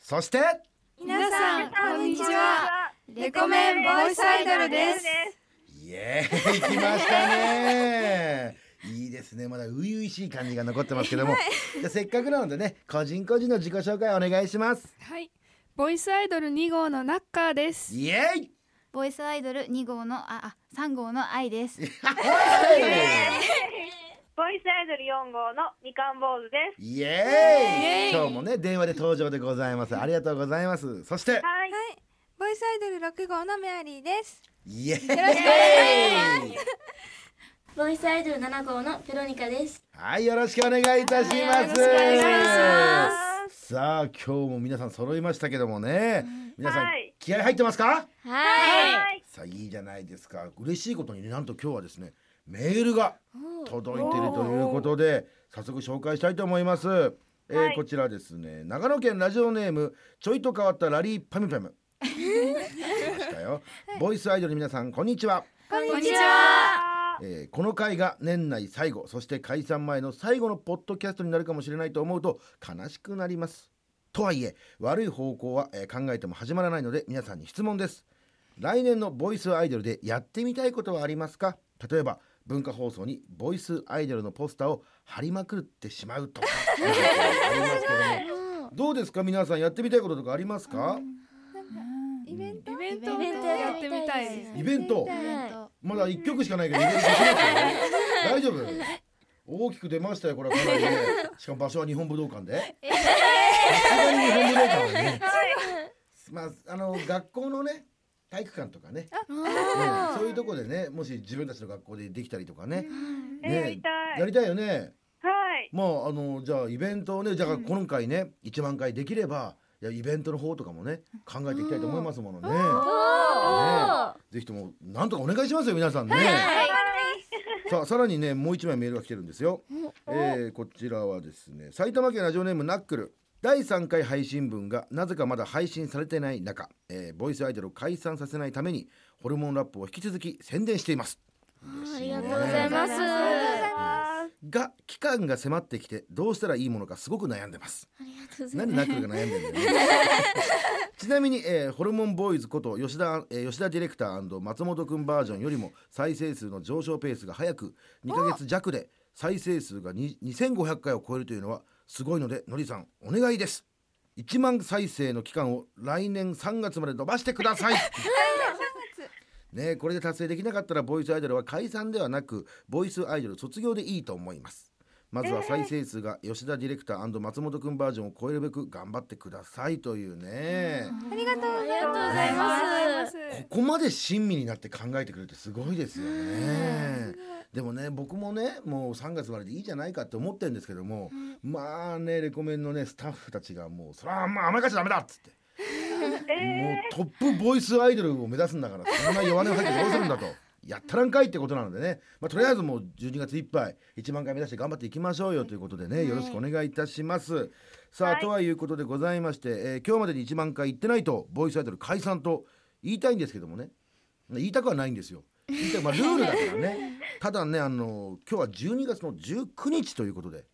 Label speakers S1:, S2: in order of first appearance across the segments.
S1: そして
S2: 皆さんこんにちはレコメンボイスアイドルです
S1: イエーイ来ましたねいいですねまだ初々しい感じが残ってますけども、じゃあせっかくなのでね個人個人の自己紹介お願いします
S3: はい、ボイスアイドル2号のナッカーです。
S1: イエーイ
S4: ボイスアイドル2号のああ3号の 愛です
S2: ボイスアイドル4号のみかん坊主です
S1: イエーイ今日もね電話で登場でございますありがとうございますそして
S2: はい
S5: ボイスアイドル6号のメアリーです
S1: イエーイ
S6: ボイスアイドル7号のペロニカです。
S1: はいよろしくお願いいたしますさあ今日も皆さん揃いましたけどもね皆さん
S2: はい
S1: 気合入ってますか
S2: はい
S1: さあいいじゃないですか嬉しいことにねなんと今日はですねメールが届いているということで早速紹介したいと思います、えー
S2: はい
S1: こちらですね長野県ラジオネームちょいと変わったラリーパミュパム来ましたよボイスアイドルの皆さんこんにちは、
S5: こん
S3: こんにちは。
S2: あ
S1: えーこの回が年内最後そして解散前の最後のポッドキャストになるかもしれないと思うと悲しくなりますとはいえ悪い方向は、えー考えても始まらないので皆さんに質問です来年のボイスアイドルでやってみたいことはありますか例えば文化放送にボイスアイドルのポスターを貼りまくってしまうとかありますけどもどうですか皆さんやってみたいこととかありますか、
S5: イベント
S3: イベントを
S4: イベント
S3: やってみたいです。
S1: イベント
S4: は
S1: まだ一曲しかないけど、いろいろできますよ大丈夫。大きく出ましたよ、これはかなりね。しかも場所は日本武道館で。さすがに日本武道館はね。まあ、あの学校のね、体育館とかね。うんそういうとこでね、もし自分たちの学校でできたりとかね。
S2: えやりたい
S1: やりたいよね。
S2: はい
S1: まあ、あの、じゃあ、イベントをね、じゃあ、今回ね、一万回できれば。いやイベントの方とかもね考えていきたいと思いますものね。ねぜひともなんとかお願いしますよ皆さんね。さあさらにねもう一枚メールが来てるんですよ、えーこちらはですね埼玉県ラジオネームナックル第3回配信分がなぜかまだ配信されてない中、えーボイスアイドルを解散させないためにホルモンラップを引き続き宣伝していますありがとうございますが期間が迫ってきてどうしたらいいものかすごく悩んでますなんでナックルが悩んでん だよ、ね、ちなみに、えーホルモンボーイズこと吉田、えー吉田ディレクター松本くんバージョンよりも再生数の上昇ペースが早く2ヶ月弱で再生数がに2500回を超えるというのはすごいのでのりさんお願いです1万再生の期間を来年3月まで伸ばしてくださいねえこれで達成できなかったらボイスアイドルは解散ではなくボイスアイドル卒業でいいと思いますまずは再生数が吉田ディレクター松本くんバージョンを超えるべく頑張ってくださいというね、
S5: ありがとうござい
S3: あ
S5: ます
S3: りがとうございます。
S1: ここまで親身になって考えてくれてすごいですよね。でもね僕もねもう3月まででいいじゃないかって思ってるんですけども、まあねレコメンのねスタッフたちがもうそれはあんま甘やかしちゃダメだっつって、もうトップボイスアイドルを目指すんだからそんな弱音を吐いてどうするん だと。やったらんかいってことなのでね、まあ、とりあえずもう12月いっぱい1万回目指して頑張っていきましょうよということでね、よろしくお願いいたします。さあ、
S2: はい
S1: とはいうことでございまして、えー今日までに1万回行ってないとボイスアイドル解散と言いたいんですけどもね言いたくはないんですよ。言いたくまあルールだから ねただねあの今日は12月の19日ということで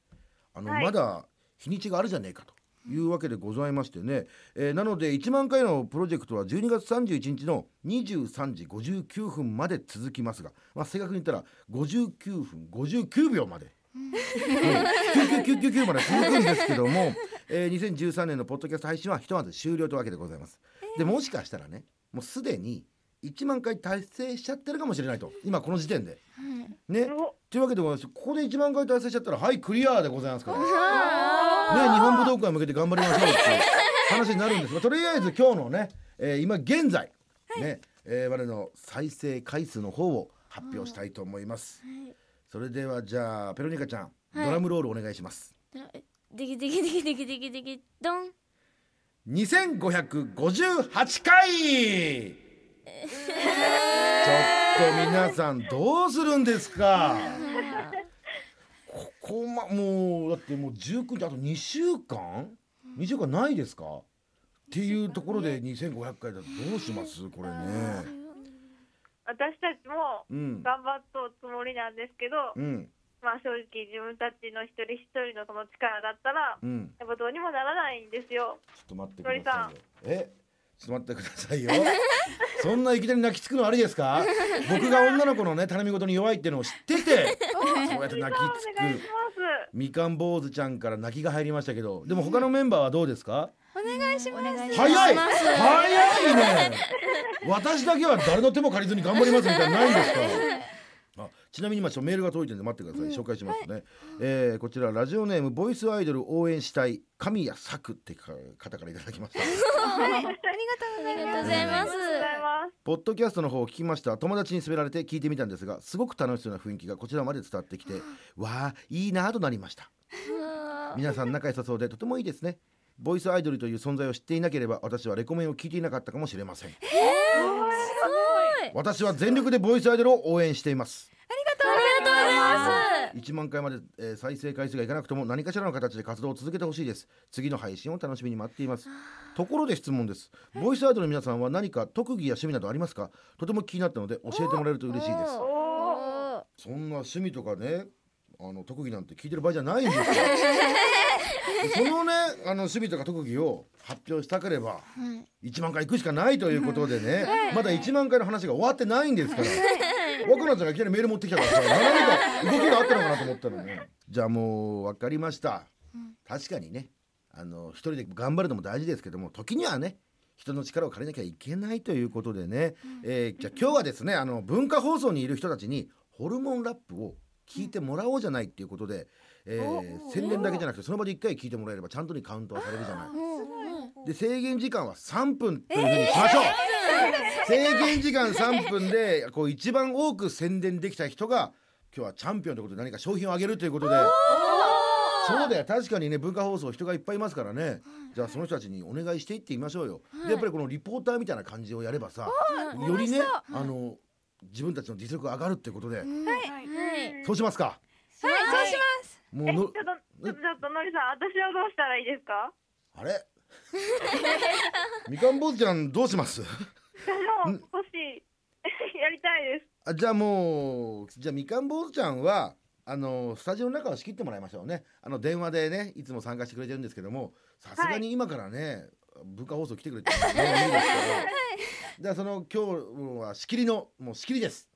S1: あの、
S2: はい
S1: まだ日にちがあるじゃねえかというわけでございましてね、えーなので1万回のプロジェクトは12月31日の23時59分まで続きますが、まあ、正確に言ったら59分59秒まで。99999まで続くんですけども、えー、2013年のポッドキャスト配信はひとまず終了というわけでございます。でもしかしたらねもうすでに1万回達成しちゃってるかもしれないと今この時点で。ね
S2: お
S1: というわけでございましてここで1万回達成しちゃったらはいクリアでございますから。ね日本武道館に向けて頑張りましょうっていう話になるんですがとりあえず今日のね、えー今現在、ねえー我々の再生回数の方を発表したいと思います。それではじゃあペロニカちゃん、
S6: はい
S1: ドラムロールお願いします。
S6: できできできできできできどん。
S1: 2558回ちょっと皆さんどうするんですかここまもうだってもう19日あと2週間2週間ないですかっていうところで2500回だとどうしますこれね
S2: 私たちも
S1: うん
S2: 頑張っとうつもりなんですけど
S1: うん
S7: まあ正直自分たちの一人一人のその力だったら
S1: うん、
S7: やっぱどうにもならないんですよ
S1: ちょっと待ってくださいよ。え、ちょっと待ってくださいよ。 そんないきなり泣きつくのありですか。僕が女の子のね、頼み事に弱いっていうのを知ってて、そうやって泣き
S7: お願いし
S1: つく。
S7: ます
S1: みかん坊主ちゃんから泣きが入りましたけど、でも他のメンバーはどうですか。
S4: お願いしま
S1: 早
S4: す
S1: い、早いね。私だけは誰の手も借りずに頑張りますみたいなのないんですか。あちなみに今ちょっとメールが届いてるんで待ってください、紹介しますね、えーこちらラジオネームボイスアイドル応援したい神谷作ってか方からいただきました
S6: ありがとうございます
S7: ありがとうございます
S1: ポッドキャストの方を聞きました友達に勧められて聞いてみたんですがすごく楽しそうな雰囲気がこちらまで伝わってきてわあいいなあとなりました皆さん仲良さそうでとてもいいですねボイスアイドルという存在を知っていなければ私はレコメンを聞いていなかったかもしれません私は全力でボイスアイドルを応援しています1万回まで、えー再生回数がいかなくとも何かしらの形で活動を続けてほしいです次の配信を楽しみに待っていますところで質問ですボイスアイドルの皆さんは何か特技や趣味などありますかとても気になったので教えてもらえると嬉しいです
S7: おー
S1: そんな趣味とかねあの特技なんて聞いてる場合じゃないん ですよそのねあの趣味とか特技を発表したければ、1万回行くしかないということでね、まだ1万回の話が終わってないんですから、若菜ちゃんがいきなりメール持ってきたからさ何か動きがあったのかなと思ったのねじゃあもう分かりました、確かにねあの一人で頑張るのも大事ですけども時にはね人の力を借りなきゃいけないということでね、えーじゃあ今日はですねあの文化放送にいる人たちにホルモンラップを聞いてもらおうじゃないっていうことで、えー宣伝だけじゃなくてその場で1回聞いてもらえればちゃんとにカウントはされるじゃない。で制限時間は3分というふうにしましょう、制限時間3分でこう一番多く宣伝できた人が今日はチャンピオンということで何か商品をあげるということでそうだよ確かにね文化放送人がいっぱいいますからねじゃあその人たちにお願いしていってみましょうよ、でやっぱりこのリポーターみたいな感じをやればさよりねあの自分たちの実力が上がるっていうことで、そうしますか
S5: そうします
S1: もう
S7: えちょ
S1: の
S7: っとちょっとちょっとのりさん私はどうしたらいいです か
S1: あれみかん坊主ちゃんどうします
S7: 私も少しやりたいです
S1: あじゃあもうじゃあみかん坊主ちゃんはあのスタジオの中を仕切ってもらいましょうねあの電話でねいつも参加してくれてるんですけどもさすがに今からね、文化放送来てくれって言うのはもう無理ですからじゃあその今日は仕切りのもう仕切りです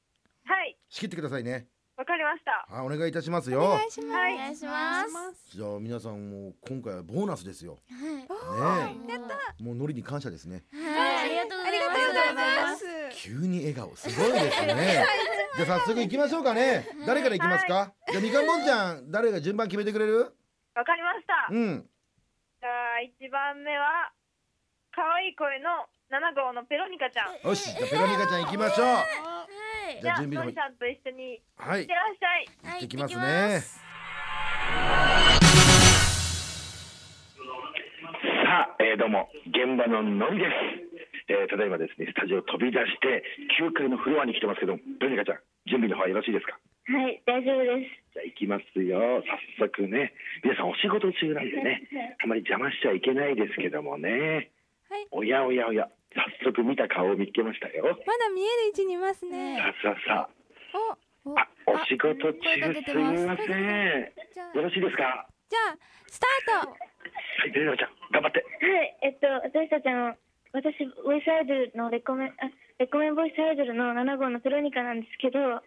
S7: はい
S1: 仕切ってくださいね
S7: わかりました
S1: あお願いいたしますよ
S7: は
S6: お
S7: い
S6: 願いします
S1: じゃあ皆さんもう今回はボーナスですよね
S6: やった
S1: えもうノリに感謝ですね
S6: はいありがとうご
S5: ありがとうご
S6: ざ
S5: ざ
S6: い
S5: い
S6: ま
S5: ますす
S1: 急に笑顔すごいです ね。じゃあ早速行きましょうかね。誰から行きますか。じゃあみかんぼんちゃん誰が順番決めてくれる？
S7: わかりました
S1: うん。
S7: じゃあ一番目は可愛い声の七号のペロニカちゃん
S1: よし。じゃあペロニカちゃん行きましょう。じ
S7: じ
S1: ゃ
S7: ゃ
S1: あ
S7: あ
S1: 準備
S7: の
S1: の
S7: り
S1: 方。
S7: さんと一緒に
S1: はい。
S7: いってらっしゃい
S1: 行
S6: は
S1: っ
S6: い
S1: てきます
S6: 行ってきま
S1: ね。
S8: さあ、えーどうも現場ののりです、えーただいまですねスタジオ飛び出して9階のフロアに来てますけどどにかちゃん準備の方はよろしいですか
S9: はい、大丈夫です。
S8: じゃあ行きますよ早速ね皆さんお仕事中なんでねあまり邪魔しちゃいけないですけどもね、おやおやおや早速見た顔を見つけましたよ
S5: まだ見える位置にいますね
S8: さあさあさ
S4: お
S8: ああお仕事中
S4: 声かけて
S8: す
S4: ま
S8: み
S4: す
S8: ません
S5: じゃあ
S8: よろしいですか
S5: じゃあスタート
S8: はいどにかちゃん頑張って
S9: はい、えっと、私たちの、私、ボイスアイドルのレコメン、あレコメンボイスアイドルの7号のペロニカなんですけど、あ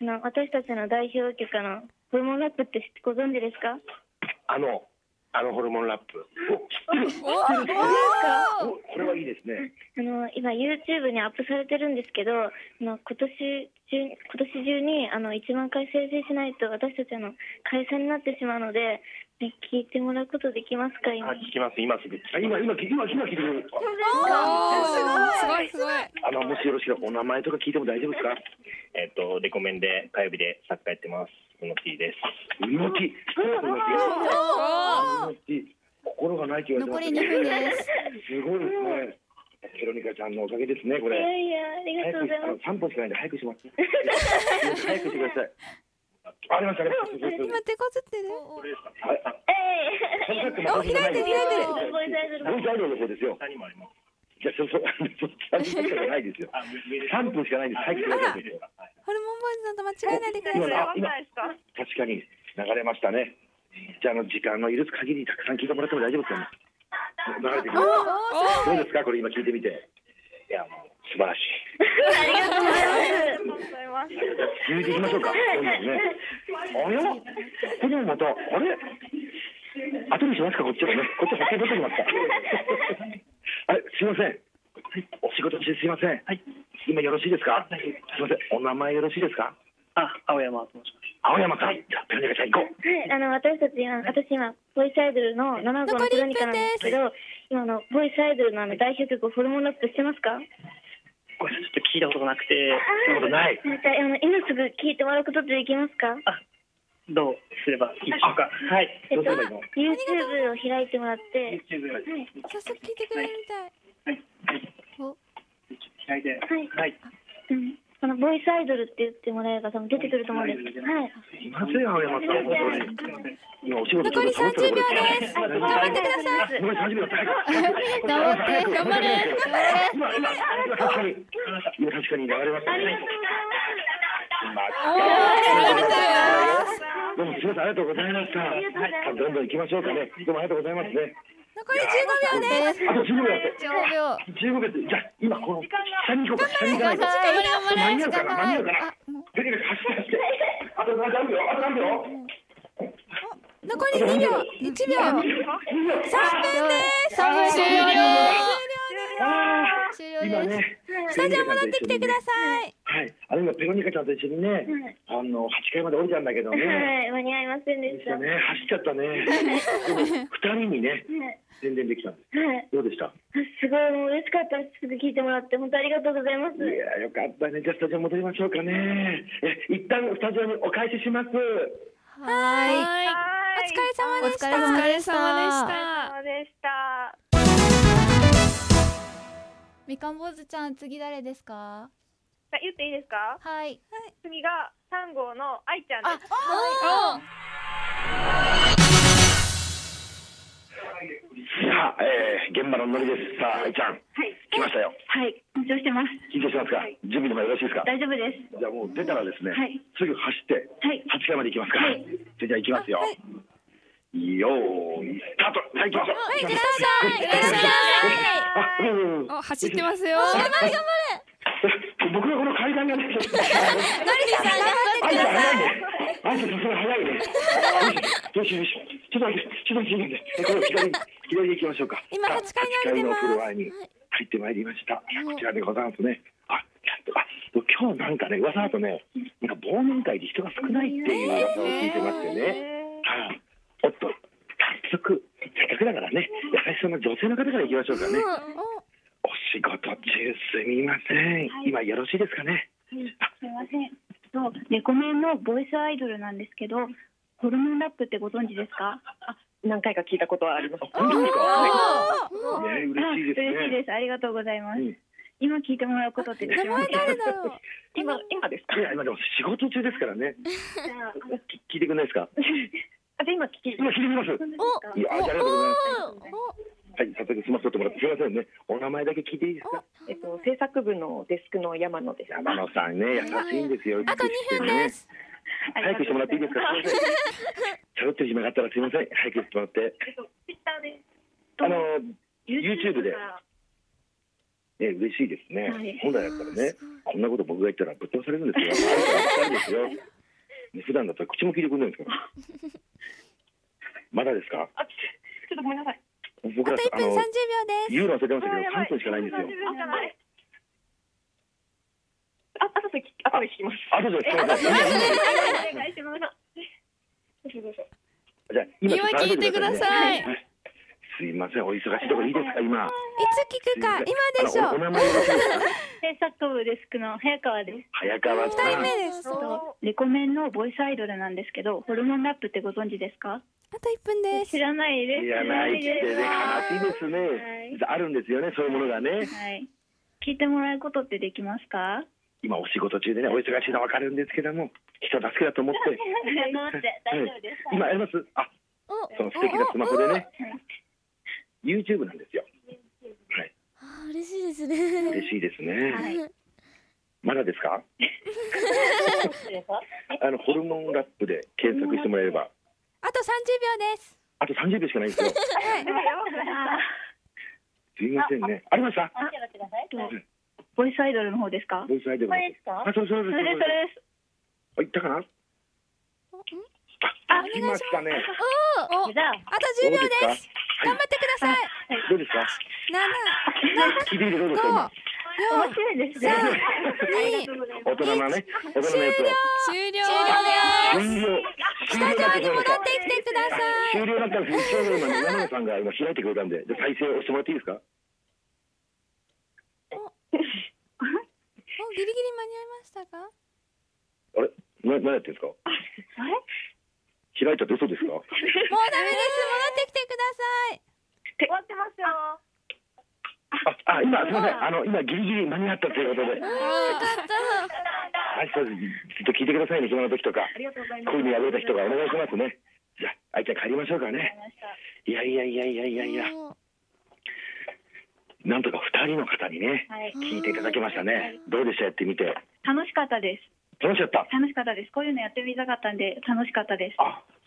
S9: の私たちの代表曲の、ホルモンラップって知ってご存知ですか
S8: あのあのホルモンラップお知ってるおこれはいいですね
S9: あの今 YouTube にアップされてるんですけど、あの今年中に今年中にあの1万回再生しないと私たちの解散になってしまうので、ね、聞いてもらうことできますか今。
S8: あ、聞きます、今すぐ。あ今、今、今、今、今聞いてくれる。
S3: すごいすごい。
S8: あの、もしよろしければ、お名前とか聞いても大丈夫ですか。
S10: えっ、と、レコメンで火曜日で作家やってます。うのちです。
S8: うのち、どうもうのち。うのち、心がないって言わ
S4: 残
S8: れ
S4: り
S8: て
S4: 2
S8: ますけど。すごい
S4: 分です
S8: ですね。ケロニカちゃんのおかげですね、こ
S9: いや
S8: れ。
S9: いや、ありが
S8: 早く
S9: とうございます、。
S8: あの、散歩しかないんで、早くし ます。早くしてください。ありました、ありました。
S5: 今手こずってる
S9: ええ
S8: お、開いて
S9: 開いてる
S8: ボイスアイドルの方ですよ。
S10: 他にもあります。
S8: じゃあ、ちょっと、3分しかないですよ。3分しかないんです。はい、ください。
S5: ホルモンボーイズさんと間違えないでくだ
S8: 今
S5: さ。
S8: ない今確かに流れましたね。じゃあ、あの時間の許す限りたくさん聞いてもらっても大丈夫ですよね。流れてきます。どうですか、これ今聞いてみて。いや、もう素晴らしい。
S7: ありがとうございます。
S8: 続いていきましょうか。今度ね。あれここれもまた、あれ後にしますか、こっちはね。こっちは補正取ってきますか。あれ、すいません。お仕事中すいません。今よろしいですか。すいません。お名前よろしいですか。あ、青山と申します。青山さん。じゃあ、ペロニカちゃん行こう。
S9: はい、あの私たち今、私今、ボイスアイドルの7号のプロニカなんですけど、今あのボイスアイドルのあの代表曲、ホルモンラップしてますか
S11: これちょっと聞いたことなくて、
S9: あなんかあの今すぐ聞いてもらうことってできますか
S11: どうすればいいでしょうか。はい。
S9: えっ
S11: ど
S9: と、
S11: うすればいいの
S9: YouTube を開いてもらって、はい、
S5: 早速聞いてくれるみたい。
S11: 開いて。
S9: はい。うん、あのボイスアイドルって言ってもらえば多分出てくると思うんです。はい。
S8: すいません、青山さん。本当に。今お仕事中
S9: 残り30秒です頑張ってください
S8: 残り30秒。早く
S9: 頑張って頑張
S8: 今
S9: れ
S8: 今今確かに今確かに流れましたね。どうもすみませんありがとうございました。はい、どんどん行きましょうかね。どうもありがとうございますね。
S5: 残り15秒です。
S8: あと15秒。15
S4: 秒。
S8: 秒です。じゃあ今この下に行こうか。下に行かないと。間に合うかな間に合うかな。とにかく走って走って。あと何秒あと何秒。
S5: 残り2秒、1秒、3分です。
S4: 三分終了
S5: 終
S8: 了です。
S5: スタジオ戻ってきてください。
S8: はい。あの今ペロニカちゃんと一緒にね、あの八階まで降りたんだけどね。
S9: はい、間に合いませんで
S8: で
S9: し
S8: す
S9: た。
S8: よね。走っちゃった ね。でも二人にね宣伝できたんです。
S9: はい、
S8: どうでした。
S9: すごいもう嬉しかったです。すぐ聞いてもらって本当ありがとうございます。
S8: いやよかったね。じゃあスタジオ戻りましょうかね。え一旦スタジオにお返しします。
S5: はい。お疲れ様でした。
S6: お疲れ様でした
S7: お疲れ様でした。
S4: みかん坊主ちゃん次誰ですか
S7: あ言っていいですか？
S4: はい。
S7: 次が三号の愛ちゃんです。
S4: あ
S8: さあ、えー、現場のノリです。さあ愛ちゃん。はい。来ましたよ。
S12: はい、緊張してます。
S8: 緊張しますか。準備の方よろしいですか。
S12: 大丈夫です。
S8: じゃあもう出たらですね。
S12: はい
S8: すぐ走って。
S12: はい
S8: 八階まで行きますから。
S12: はい
S8: じゃあ行きますよ。よーいスタート。はい行きます。
S3: はい行ってらっしゃい
S8: 行ってらっしゃいあうんうんうん
S3: お走ってますよ。
S8: 頑張れ頑僕のこの階段がね。ちょっと
S3: のりさん頑張ってください。
S8: あんたさすが早いね。よしよしよし。ちょっと待って、ちょっと待って、ちょっと待って。これ左に、左に行きましょうか。
S5: 今
S8: さあ
S5: 八階に降りてます
S8: 八階のフロアに入ってまいりました。こちらでございますね。あ、ちゃんと、あ、今日なんかね、噂だとね、なんか忘年会で人が少ないっていう噂を聞いてましてね。はい。おっと、早速、せっかくだからね、やはりその女性の方から行きましょうかね。お仕事中すみません。今よろしいですかね。
S12: すみません。とレコメンのボイスアイドルなんですけど、ホルモンラップってご存知ですか？あ、何回か聞いたことはあります。
S8: 本当ですか
S12: おー
S8: ね嬉しいですね
S12: あ嬉しいです。ありがとうございます。今聞いてもらうことってできますか？今今ですか？
S8: いや、今でも仕事中ですからね。聞いてくれないですか。
S12: あ、じゃあ今聞き。
S8: 今聞いてみます。いや、ありがとうございます。はい、早速スマホ取ってもらって、すみませんね。お名前だけ聞いていいですか。
S12: えっと制作部のデスクの山野です。
S8: 山野さんね、優しいんですよ。あと2分です。早くしてもらっていいですか。すいません。喋 ってる暇があったら、すみません。早くしてもらって。あの、YouTube で。ね、嬉しいですね。本来だったらね、こんなこと僕が言ったらぶっ飛ばされるんですよ。あんたですよ。ね普段だったら口も聞いてくれないんですから。まだですか。
S12: ちょっとごめんなさい。
S8: 僕ら、
S5: 1分30秒です。
S8: 言うの忘れてましたけど、三分しかないんですよ。
S12: あ、あとで聞き、あとで聞きます。
S8: あとで聞きます
S12: えあとで
S8: お
S12: 願いします。
S8: じゃあ、今
S5: 今聞いてください
S8: ちょっとね。すいません、お忙しいところいいですか、今。
S5: いつ聞くか、今でしょ
S8: あのお名前よろしいですか。
S12: 制作部デスクの早川です。
S8: 早川さん。
S12: です。レコメンのボイスアイドルなんですけど、ホルモンラップってご存知ですか？あと一分です。知らないです。
S8: いや、ないってね、悲しいですね
S12: はい。
S8: あるんですよね、そういうものがね。
S12: はい。聞いてもらうことってできますか？
S8: 今お仕事中でね、お忙しいのはわかるんですけども、人助けだと思って。
S12: 大丈夫です。
S8: 今あります。あ、その素敵なスマホでね、YouTube なんですよ。はい。
S6: 嬉しいですね。
S8: 嬉しいですね
S6: はい
S8: まだですかあのホルモンラップで検索してもらえれば
S5: あと30秒です。
S8: あと30秒しかないんですよすいませんねありました
S12: ボイスアイドルの方ですか
S8: ボイスアイドルの方これですかあそうそうそう
S12: それですそれです
S8: あいったかなあ、来ましたね
S5: おお。じゃああと10秒です。
S8: す
S5: 頑張ってください。
S8: どうですか聞いてみてどうですか今
S5: 七、
S12: 面白いです
S5: ね。
S12: 二
S8: 大人なね大人のやつを
S5: 終了。
S8: 終了
S5: スタジオに戻ってきてください。
S8: 終了だったら一応今ね山野さんが今開いてくれたんでで再生をしてもらっていいですか
S5: おギリギリ間に合いましたか？
S8: あれな何やってるんですか開いたって嘘ですか
S5: もうダメです。戻ってきてください。
S7: 終わってますよ。
S8: あ、今すみませんあの今ギリギリ間に合ったということで
S5: よかった。
S8: はい、そうです。ずっと聞いてくださいね、暇の時とか。
S12: ありがとうござい
S8: 恋に破れた人がお願いしますね。じゃあ、あいちゃん帰りましょうかね。いやいやいやいやいやいや。なんとか二人の方にね、
S12: はい
S8: 聞いていただきましたね。どうでしたやってみて。
S12: 楽しかったです。
S8: 楽しかった。
S12: 楽しかったです。こういうのやってみたかったんで楽しかったです。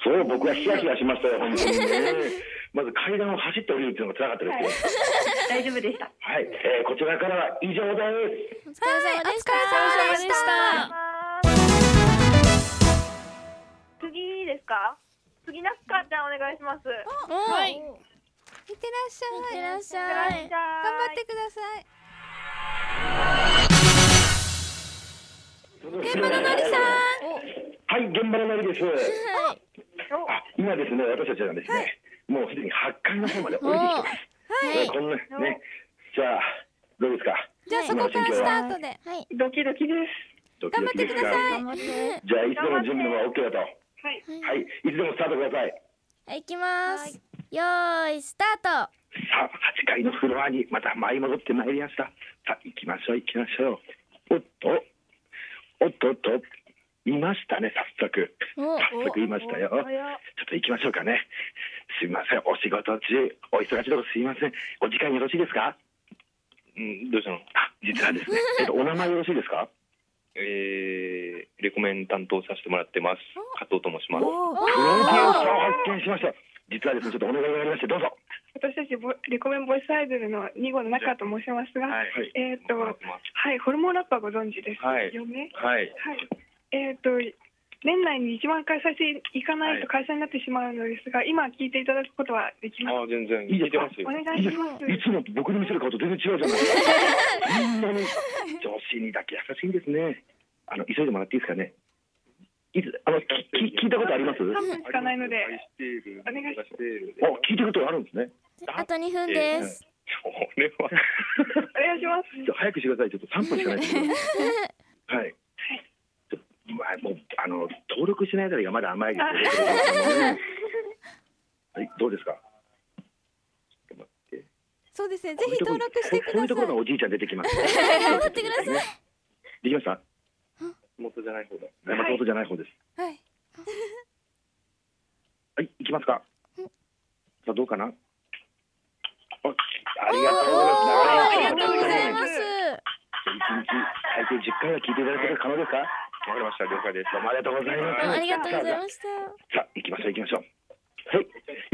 S8: そう、僕はヒヤヒヤしました よ、本当にね。まず階段を走って降りるっていうのが辛かったですよ。
S12: 大丈夫でした。
S8: はい、えーこちらからは以上です。
S5: お疲れ様でした。お疲れ様でした。
S7: 次ですか。次なすかちゃんお願いします。
S5: はい。いってらっしゃい。いってらっしゃい。頑張ってください。
S8: 現場ののりさん。はい、現場ののりです。あ、今ですね、私たちはですね、もうすでに8階の方まで降りてきてます。
S5: はい
S8: ねこんなね、じゃあどうですか。
S5: じゃあそこからスタートで。はい。
S12: ドキドキです。
S8: ト
S5: 頑張ってください。
S8: じゃあいつでも準備は OK だと。
S6: はい。
S8: はい、いつでもスタートください。
S6: はい、行きます。よーい、スタート。
S8: さあ、8階のフロアにまた舞い戻ってまいりました。さあ、行きましょう、行きましょう。おっと、おっとっと、いましたね、早速。早速いましたよ。ちょっと行きましょうかね。すいません、お仕事中、お忙しいとこすいません。お時間よろしいですか
S10: うん、どうしたの
S8: あ、実は ですね、えっと、お名前よろしいですか
S10: えー、レコメン担当させてもらってます。加藤と申します。
S8: プロデューサーを発見しました。実はですね、ちょっとお願いがありまして、どうぞ。
S13: 私たちボレコメンボイスアイドルの2号の中と申しますが、
S10: はい
S13: えっ、と、はい、ホルモンラッパーご存知です
S10: はい
S13: よね。
S10: はい。
S13: はい。えっ、と、年内に1万回再生いかないと解散になってしまうのですが、今聞いていただくことはできます。
S10: あ、全然聞いてます
S13: お
S10: よ。
S13: 願いします。
S8: いつも僕の見せる顔と全然違うじゃないで すか。みんなに女子にだけ優しいんですね。あの急いでもらっていいですかね。いつあのきき聞いたことあります？
S13: 3分しかないので、お願いします。
S8: お聞いたことあるんですね。
S6: あと2分です。
S8: これは
S13: お願いします。
S8: ちょ早くしてください。ちょっと三分しかないですけど。はい。ちょまあもうあの登録してないあたりがまだ甘いですけど。はい どうですか。
S5: そうですね。ぜひ登録してく
S8: こうい
S5: だ
S8: うとこ
S5: さい
S8: ろ。のおじいちゃん出てきます。
S5: 頑張ってください。
S8: できました。
S10: 元じゃない方だ。
S8: 山本じゃない方です。
S5: はい。
S8: はい、行きますか。さあ、どうかな。あ
S5: ありがと
S8: ありがとうございます。
S5: うございます。
S8: 一日最低10回は聞いていただくこと可能ですか。わかりました。了解です。どうもありがとうございます。
S6: ありがとうございました。
S8: さあ、行きましょう、行きましょう。はい、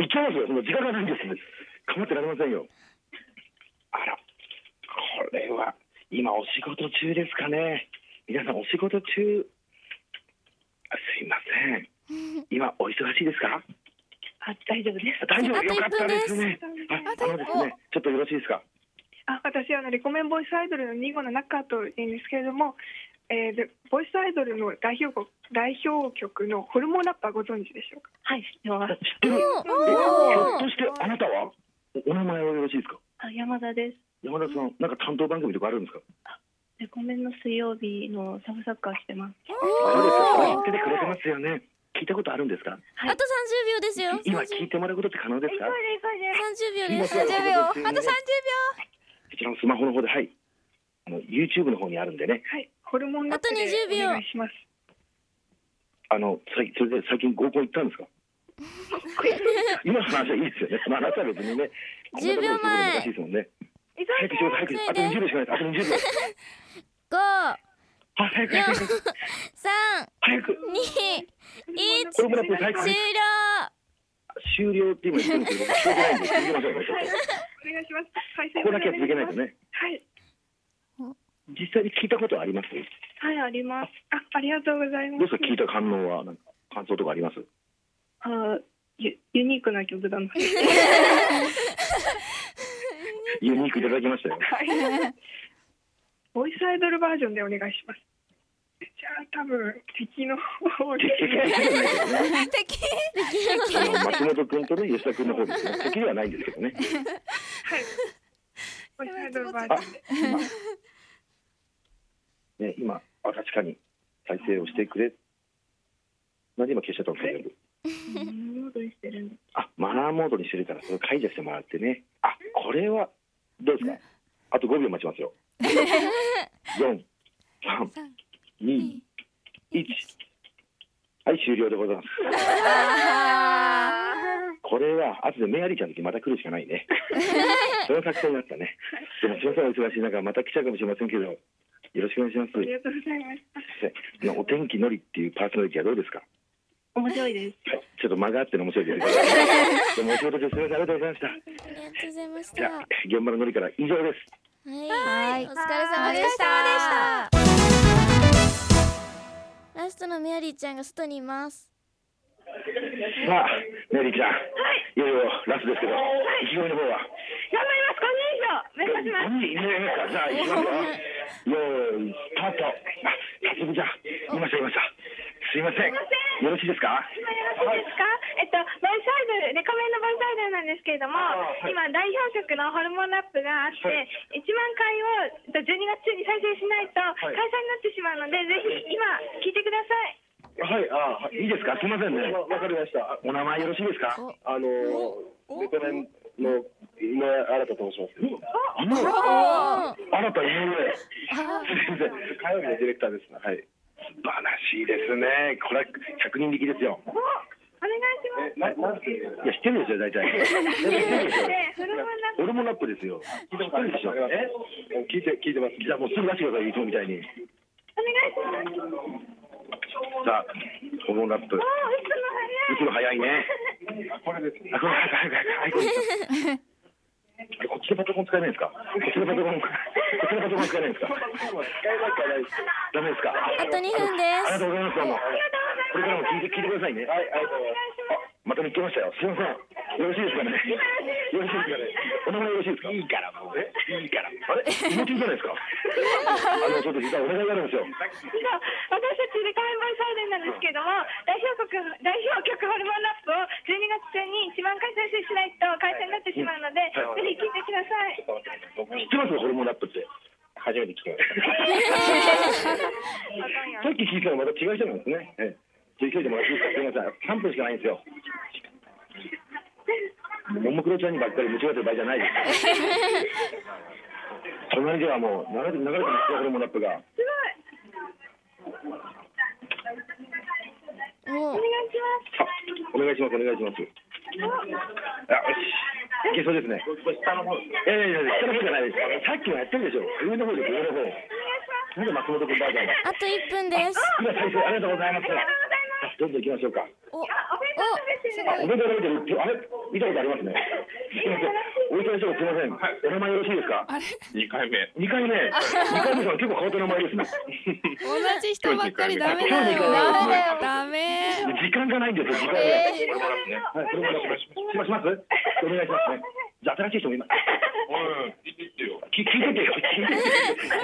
S8: 行きますよ。その時間がないんです。かまってられませんよ。あら、これは、今お仕事中ですかね。皆さんお仕事中。あすいません。今お忙しいですか。
S13: あ、大丈夫です。
S8: 大丈夫、よかったですね。あ、あのですね、ちょっとよろしいですか。
S13: あ私あのレコメンボイスアイドルの2号の中と言うんですけれども、えーでボイスアイドルの代表曲代表曲のホルモンラッパーご存知でしょうか。はい、知ってます。
S8: 知ってる。えひょっとして、あなたは。おお名前はよろしいですか。
S12: 山田です。
S8: 山田さん、なんか担当番組とかあるんですか。
S12: レコメンの水曜日のサブサッカーしてます。
S8: そうですか。言っててくれてますよね。聞いたことあるんですか。
S6: あと30秒ですよ。
S8: 今
S6: 30
S8: 聞いてもらうことって可能ですか。
S6: 30秒です。
S8: 今から
S6: 30
S8: あと30こちらのスマホの方で、はい。あの、YouTube の方にあるんでね。
S13: はい、ホルモンラッパーで
S6: 20秒
S13: お願いします。
S8: あの、それ、それで最近合コン行ったんですか。今の話はいいですよね。まあ、あなたは別にね。
S6: 10秒前
S8: こんなことするの難しいですもんね。
S13: 急い
S8: 早くします早くあと20秒しかないですあと20秒
S6: 五、
S8: あ早く
S6: 四
S8: 早く早く、
S6: 三、
S8: 早く
S6: 二、一、
S8: これもラップ
S6: 終
S8: 最
S6: 了
S8: 高。終了って今言ってるんです けどしょうがないんで続けましょう
S13: はいお願いします。再生
S8: ここだけは続けないとね
S13: はい。
S8: 実際に聞いたことはあります
S13: はい、あります。あ、ありがとうございます。
S8: どうですか聞いた反応はなんか感想とかあります
S13: あユユニークな曲だな。
S8: ユニークいただきましたよ
S13: はい。ボイスアイドルバージョンでお願いします。じゃあ多分敵の方で。
S5: 敵
S8: あの松本君とね吉田君の方ですね敵ではないんですけどね
S13: ボイスアイドルバージョンで。
S8: ね今あ確かに再生をしてくれなんで今消しちゃったの大丈夫
S12: モードにしてるんです。
S8: あマナーモードにしてるからそれ解除してもらってねあこれはどうですかあと5秒待ちますよ四、三、二、一。はい、終了でございます。これは後でメアリーちゃんの時また来るしかない ね。その作戦だったね。でもすみません、お忙しい中、また来ちゃうかもしれませんけど、よろしくお願いします。
S13: ありがとうございました。
S8: ねお天気のりっていうパーソナリティはどうですか。
S13: 面白いです。
S8: ちょっと間があっての面白いですけど。でもお仕事中すみません、ありがとうございました。
S6: ありがとうございまし
S8: じ
S6: た。
S8: ゃあ、現場ののりから以上です。
S6: はい、お疲れ様でした。ラストのメアリーちゃんが外に います。
S8: さあ、メアリーちゃん、い、よいよラストですけど、意気込みの方は。
S7: 頑張ります。5年以上目指します。
S8: 何いないますか。じゃあ、行きますよ。よーい、スタート。あ、さつぶちゃん、いました、いました。すいません。よろしいですか。
S7: 今よろしいですか、えっと、ボイスアイドル、レコメンドボイスアイドルなんですけれども、
S8: あーはい
S7: 今、代表曲のホルモンラップがあって、
S8: はい
S7: 1万回をえっと12月中に再生しないと
S8: は
S7: 解散
S8: い
S7: になってしまうので、ぜひ今、聴いてください。
S8: はい、あ、いいですか。すいませんね。
S14: わわかりました。
S8: お名前よろしいですか。
S14: あのレコメンの井上新と申します。
S8: あの、
S14: あ
S8: 新た井上。すいません。
S14: 火曜日のディレクターです。はい。
S8: 素晴らしいですね。これは百人力ですよ。
S7: おお願いします。
S8: ななんていや、知ってるでしょ、大体。
S7: でホルモンラップ
S8: 俺もラップですよ。聞いたことあるでしょ。え聞いて、聞いてます。じゃあもうすぐ出してください、いつもみたいに。
S7: お願いします。
S8: さあ、ホモンラップ。いつも早い ね。これですね。あ、これ、早く 早く早くはい。こっちのパソコン使えないんですか。こっちのパソコン。こっちのパソコン使えないんですか。ダメですか。
S6: あと二分です
S8: ありがとうございます。どうもこれからも聞いて、聞いてくださいね。はい、ありがとうございます。また見つけましたよ。すみません。よろしいですかね。よろしいですかね。お名前よろしいですか。いいから、もう。え、いいから。あれ、気持ちいいじゃない ですか。あの、ちょっと実はお願いがあるんですよ。
S7: そう私たちレカメンボイスアイドルなんですけれども、代表曲代表曲ホルモンラップを12月中に1万回再生しないと解散になってしまうので、
S8: はい
S7: ぜひ聴いてください。
S8: 知ってますホルモンラップって。初めて聞きました。さっき聞いたのまた違う人なんですね。ええ、じゃあ急いでもらっていいですか。すみません。三分しかないんですよ。ももクロちゃんにばっかり夢中になってる場合じゃないです。隣ではもう流れて流れてますよホルモンラップが。
S7: す
S8: お願いしますお願いします。あよし。
S7: ごい。お願いします。
S8: いけそうですね。下の方。いやいやいや下の方じゃないです。さっきもやってるでしょ。上の方です上の方。なんで松本君バージョンだ。
S6: あと一分です。
S8: 今再生ありがとうございます。どんどん行きましょうか。
S6: お、お、
S8: あ、お弁当食べてる。あれ見たことありますね。すみません。お忙しいとこすみません。お名前よろしいですか。二回目。二回目。二回目さん結構変わった名前ですね。
S3: 同じ人ばっかりダメだよ
S8: ダメだ
S3: ダメ
S8: よ時間がないんですよ。時間が。
S3: えー
S8: これもらってねはい、これもらってねします。します。お願いしますね。じゃあ新しい人も今。うん。聞いてよ。聞いて てよ。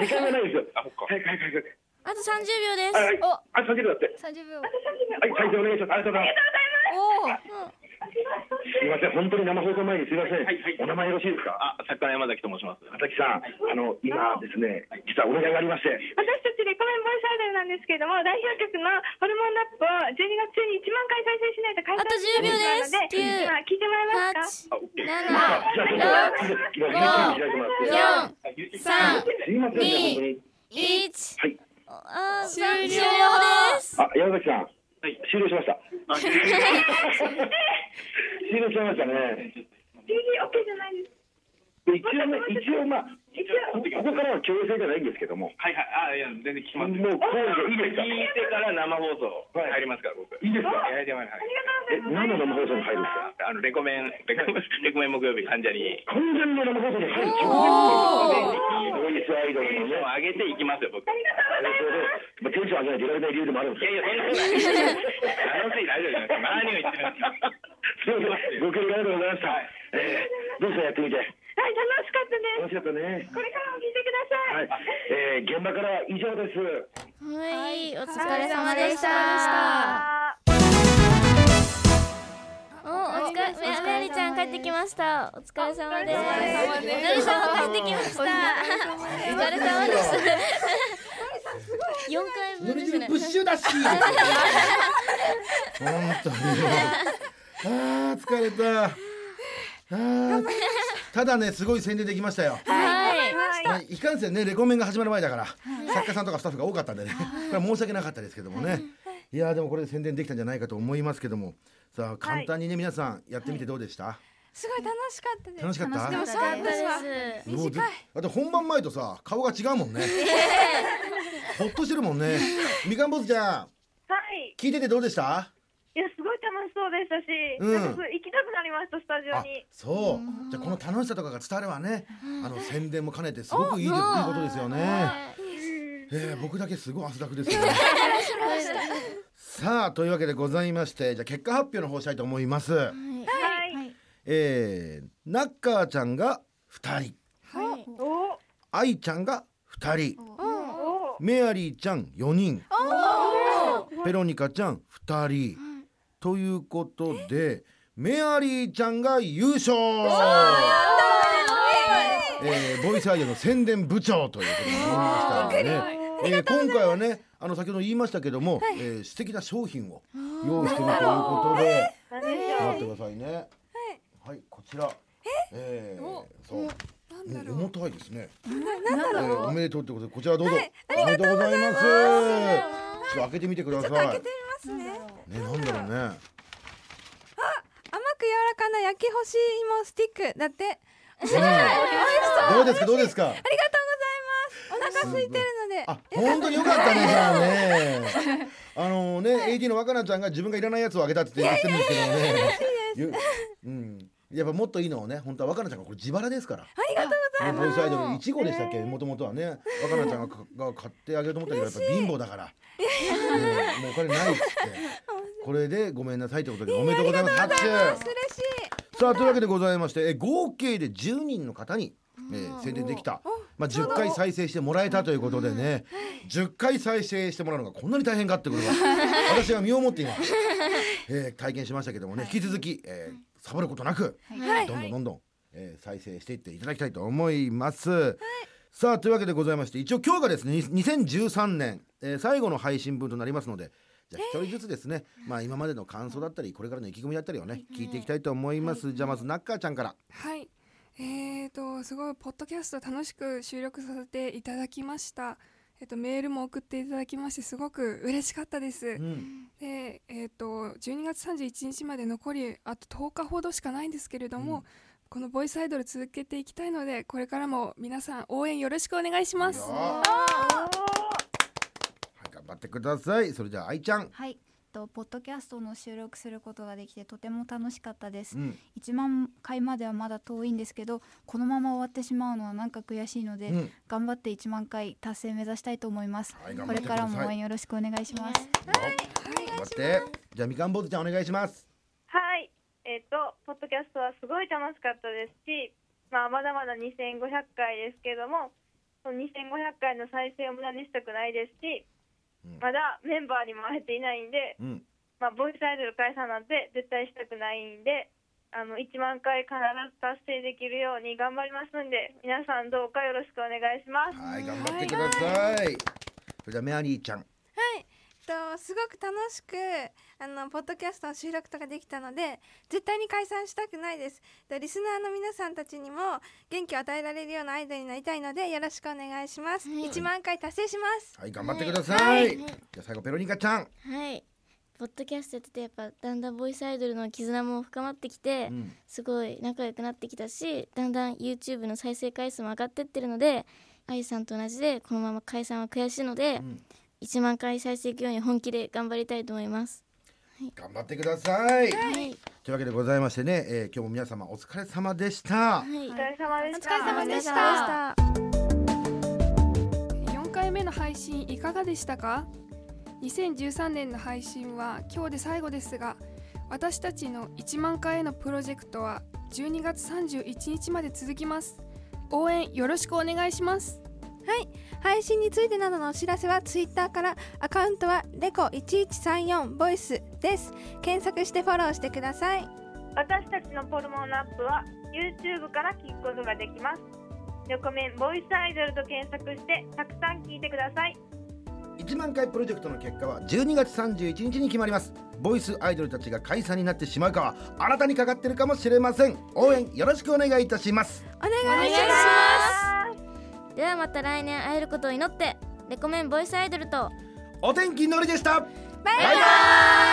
S8: 聞いててよ。時間がないですよ。あ、そっか。はいはいはいはい。
S6: あと三十秒で
S8: はい
S6: す。
S8: あ、三十秒だって。
S6: 三十秒。
S8: はい、再生お願いします。ありがとうございます。すみません、本当に生放送前にすみません、お名前よろしいですか。あ、作家山崎と申します。山崎さん、あの、今ですね、実はお願いがありまして。
S7: 私たちレコメンボイスアイドルなんですけれども、代表曲のホルモンラップを12月中に1万回再生しないと解散
S6: あと10秒です
S7: 今聞いてもらえますか？
S8: じゃあ、ちょっと、今、開いてもらって。
S6: 三、
S8: すみませんね、本当に。
S6: 一。
S8: はい。
S6: あ、
S5: 終了
S6: 終了です。
S8: あ、山崎さん、終了しました。終了しましたね。
S7: 全然 OK じゃないです。
S8: え
S14: で一応ね、一応まあ、こここからは強制じゃないんですけども、
S10: はいはい、あ、いや、全然聞きますよ。
S14: もうこういいですか
S10: 聞いてから生放送入りますから、僕。
S14: いいですか
S10: はい、はい、はい。
S14: え何の生放送に入るんですか
S10: あの、レコメン、レコメンレコメン木曜日患者に。
S14: 完全の生放送に入るボイスアイドルのね、
S10: 上げていきますよ、僕。い
S14: まあ、テンション上げないといけない理由でもあるんです
S10: やいや、そんなことない。楽しい、大丈夫です。何を言ってるんですか。
S14: すみません、ご協力ありがとうございました。えーどうしたやってみて。
S7: はい、楽しかっ
S14: 楽しかっ
S7: たです。
S14: たね。
S7: これからも聞いてください。
S14: はい、えー現場からは以上です。
S6: はい、お疲れ様でした。お、お疲れ、メメリちゃん帰ってきました。お疲れ様です。メリさんも帰ってきました。お疲れ様です。四回目ですね。
S1: ブッシュだし。本 当に。ああ、疲れた。あーただね、すごい宣伝できましたよ。
S6: はい。
S1: まあいかんせんねレコメンが始まる前だから、作家さんとかスタッフが多かったんでね、これは申し訳なかったですけどもね、い、やーでもこれで宣伝できたんじゃないかと思いますけどもさあ簡単にね、皆さんやってみてどうでした、
S5: すごい楽しかったです
S1: 楽しかった
S5: でもそうなんですわ
S1: もう
S5: 短い
S1: だって本番前とさ顔が違うもんねほっとしてるもんねみかん坊主ちゃん
S7: はい。
S1: 聞いててどうでした
S7: いや、すごい楽しそうでしたし、
S1: うん
S7: なんかすごい行きたくなりました、スタジオに。
S1: そうじゃあこの楽しさとかが伝わればねあの宣伝も兼ねてすごくいいでいいことですよね、えー僕だけすごい汗だくですよねさあというわけでございましてじゃあ結果発表の方したいと思います、
S7: はい。はい。
S1: えー、ナッカーちゃんが2人
S7: はい、お
S1: アイちゃんが2人
S7: お
S1: メアリーちゃん4人
S7: お
S1: ペロニカちゃん2人ということでメアリーちゃんが優勝えーボイスアイドルの宣伝部長ということになりましたね。えー今回はね、あの先ほど言いましたけども、えー素敵な商品を用意してるということで、
S7: 何でし
S1: ちょっと待
S7: ょう。
S1: ってくださいね。はい、こちら。えー、そう。うん重たいですね。
S5: なんだ
S1: え
S5: ろう
S1: ーおめでとうってことで、こちらどうぞ。おめでとうございます。ちょっと開けてみてくだ
S5: ちょっと
S1: さ
S5: 開け
S1: い
S5: て。みますね
S1: ね、なんだろうね。
S5: 甘く柔らかな焼き干し芋スティックだって美味しそう
S1: どうですか、どうですか
S5: ありがとうござい。ます。お腹空いてるので。
S1: あ、本当に良かったね、じゃあね。 あのね、AD の若菜ちゃんが自分がいらないやつをあげたって言ってるんですけどね。ゆうん。やっぱもっといいのをね、本当は若菜ちゃんがこれ自腹ですから。
S5: ありがとうござい
S1: ね
S5: ます。
S1: ボイスアイドル一号でしたっけ、もともとはね、若菜ちゃんがかが買ってあげようと思ったけど、やっぱ貧乏だから。うんもうお金 ないっつって。これでごめんなさいってことで、おめでとうございます。拍手。
S5: 嬉しい。
S1: さあ、というわけでございまして、え合計で10人の方に。えー宣伝できた、まあ、10回再生してもらえたということでね10回再生してもらうのがこんなに大変かってことが私は身をもって今、えー体験しましたけどもね引き続き、えーサボることなく
S5: はい
S1: どんどんどんどん、えー再生していっていただきたいと思います。さあというわけでございまして一応今日がですねに2013年、えー最後の配信分となりますのでじゃあ一人ずつですね、まあ今までの感想だったりこれからの意気込みだったりをね聞いていきたいと思います、じゃあまずナッカーちゃんから
S3: はい。えーと、すごい、ポッドキャスト楽しく収録させていただきました。えっと、メールも送っていただきまして、すごく嬉しかったです。
S1: うん
S3: で、えっと、12月31日まで残り、あと10日ほどしかないんですけれども、このボイスアイドル続けていきたいので、これからも皆さん応援よろしくお願いします。
S1: はい頑張ってくださいそれじゃあ愛ちゃん、
S4: はいとポッドキャストの収録することができてとても楽しかったです、
S1: うん
S4: 1万回まではまだ遠いんですけどこのまま終わってしまうのはなんか悔しいので、
S1: うん
S4: 頑張って1万回達成目指したいと思います、
S1: はい頑
S4: こ
S1: 張っ
S4: れ
S1: てくだ
S4: か
S1: さい
S4: らも応援よろしくお願いします、
S1: 頑張ってじゃあみかん坊主ちゃんお願いします
S7: はい。えっ、と、ポッドキャストはすごい楽しかったですし、まあ、まだまだ2500回ですけども、その2500回の再生を無駄にしたくないですし、まだメンバーにも会えていないんで、
S1: うん
S7: まあ、ボイスアイドル解散なんて絶対したくないんで、あの1万回必ず達成できるように頑張りますんで、皆さんどうかよろしくお願いします。
S1: はい頑張ってください、それじゃあメアリーちゃん
S5: はい。えっとすごく楽しくあのポッドキャストの収録とかできたので絶対に解散したくないですえっとリスナーの皆さんたちにも元気を与えられるようなアイドルになりたいのでよろしくお願いします、1万回達成します
S1: はい頑張ってください、
S6: はい
S1: じゃあ最後ペロニカちゃん
S6: はい。ポッドキャストやっててやっぱだんだんボイスアイドルの絆も深まってきて、
S1: うん
S6: すごい仲良くなってきたしだんだん YouTube の再生回数も上がってってるのであゆさんと同じでこのまま解散は悔しいので、1万回再生いくように本気で頑張りたいと思います。
S1: 頑張ってください、
S6: はい
S1: というわけでございましてね、えー、今日も皆様お疲れ様でした、
S6: はい、
S7: お疲れ様でした。
S3: お疲れ様でした4回目の配信いかがでしたか2013年の配信は今日で最後ですが私たちの1万回へのプロジェクトは12月31日まで続きます応援よろしくお願いします
S5: はい配信についてなどのお知らせはツイッターからアカウントはレコ1134ボイスです検索してフォローしてください
S7: 私たちのポルモンアップは YouTube から聞くことができます。レコメンボイスアイドルと検索してたくさん聞いてください。
S1: 1万回プロジェクトの結果は12月31日に決まりますボイスアイドルたちが解散になってしまうかは新たにかかってるかもしれません応援よろしくお願いいたします
S5: お願
S6: お願いしますではまた来年会えることを祈ってレコメンボイスアイドルと
S1: お天気のりでした
S6: バイバイ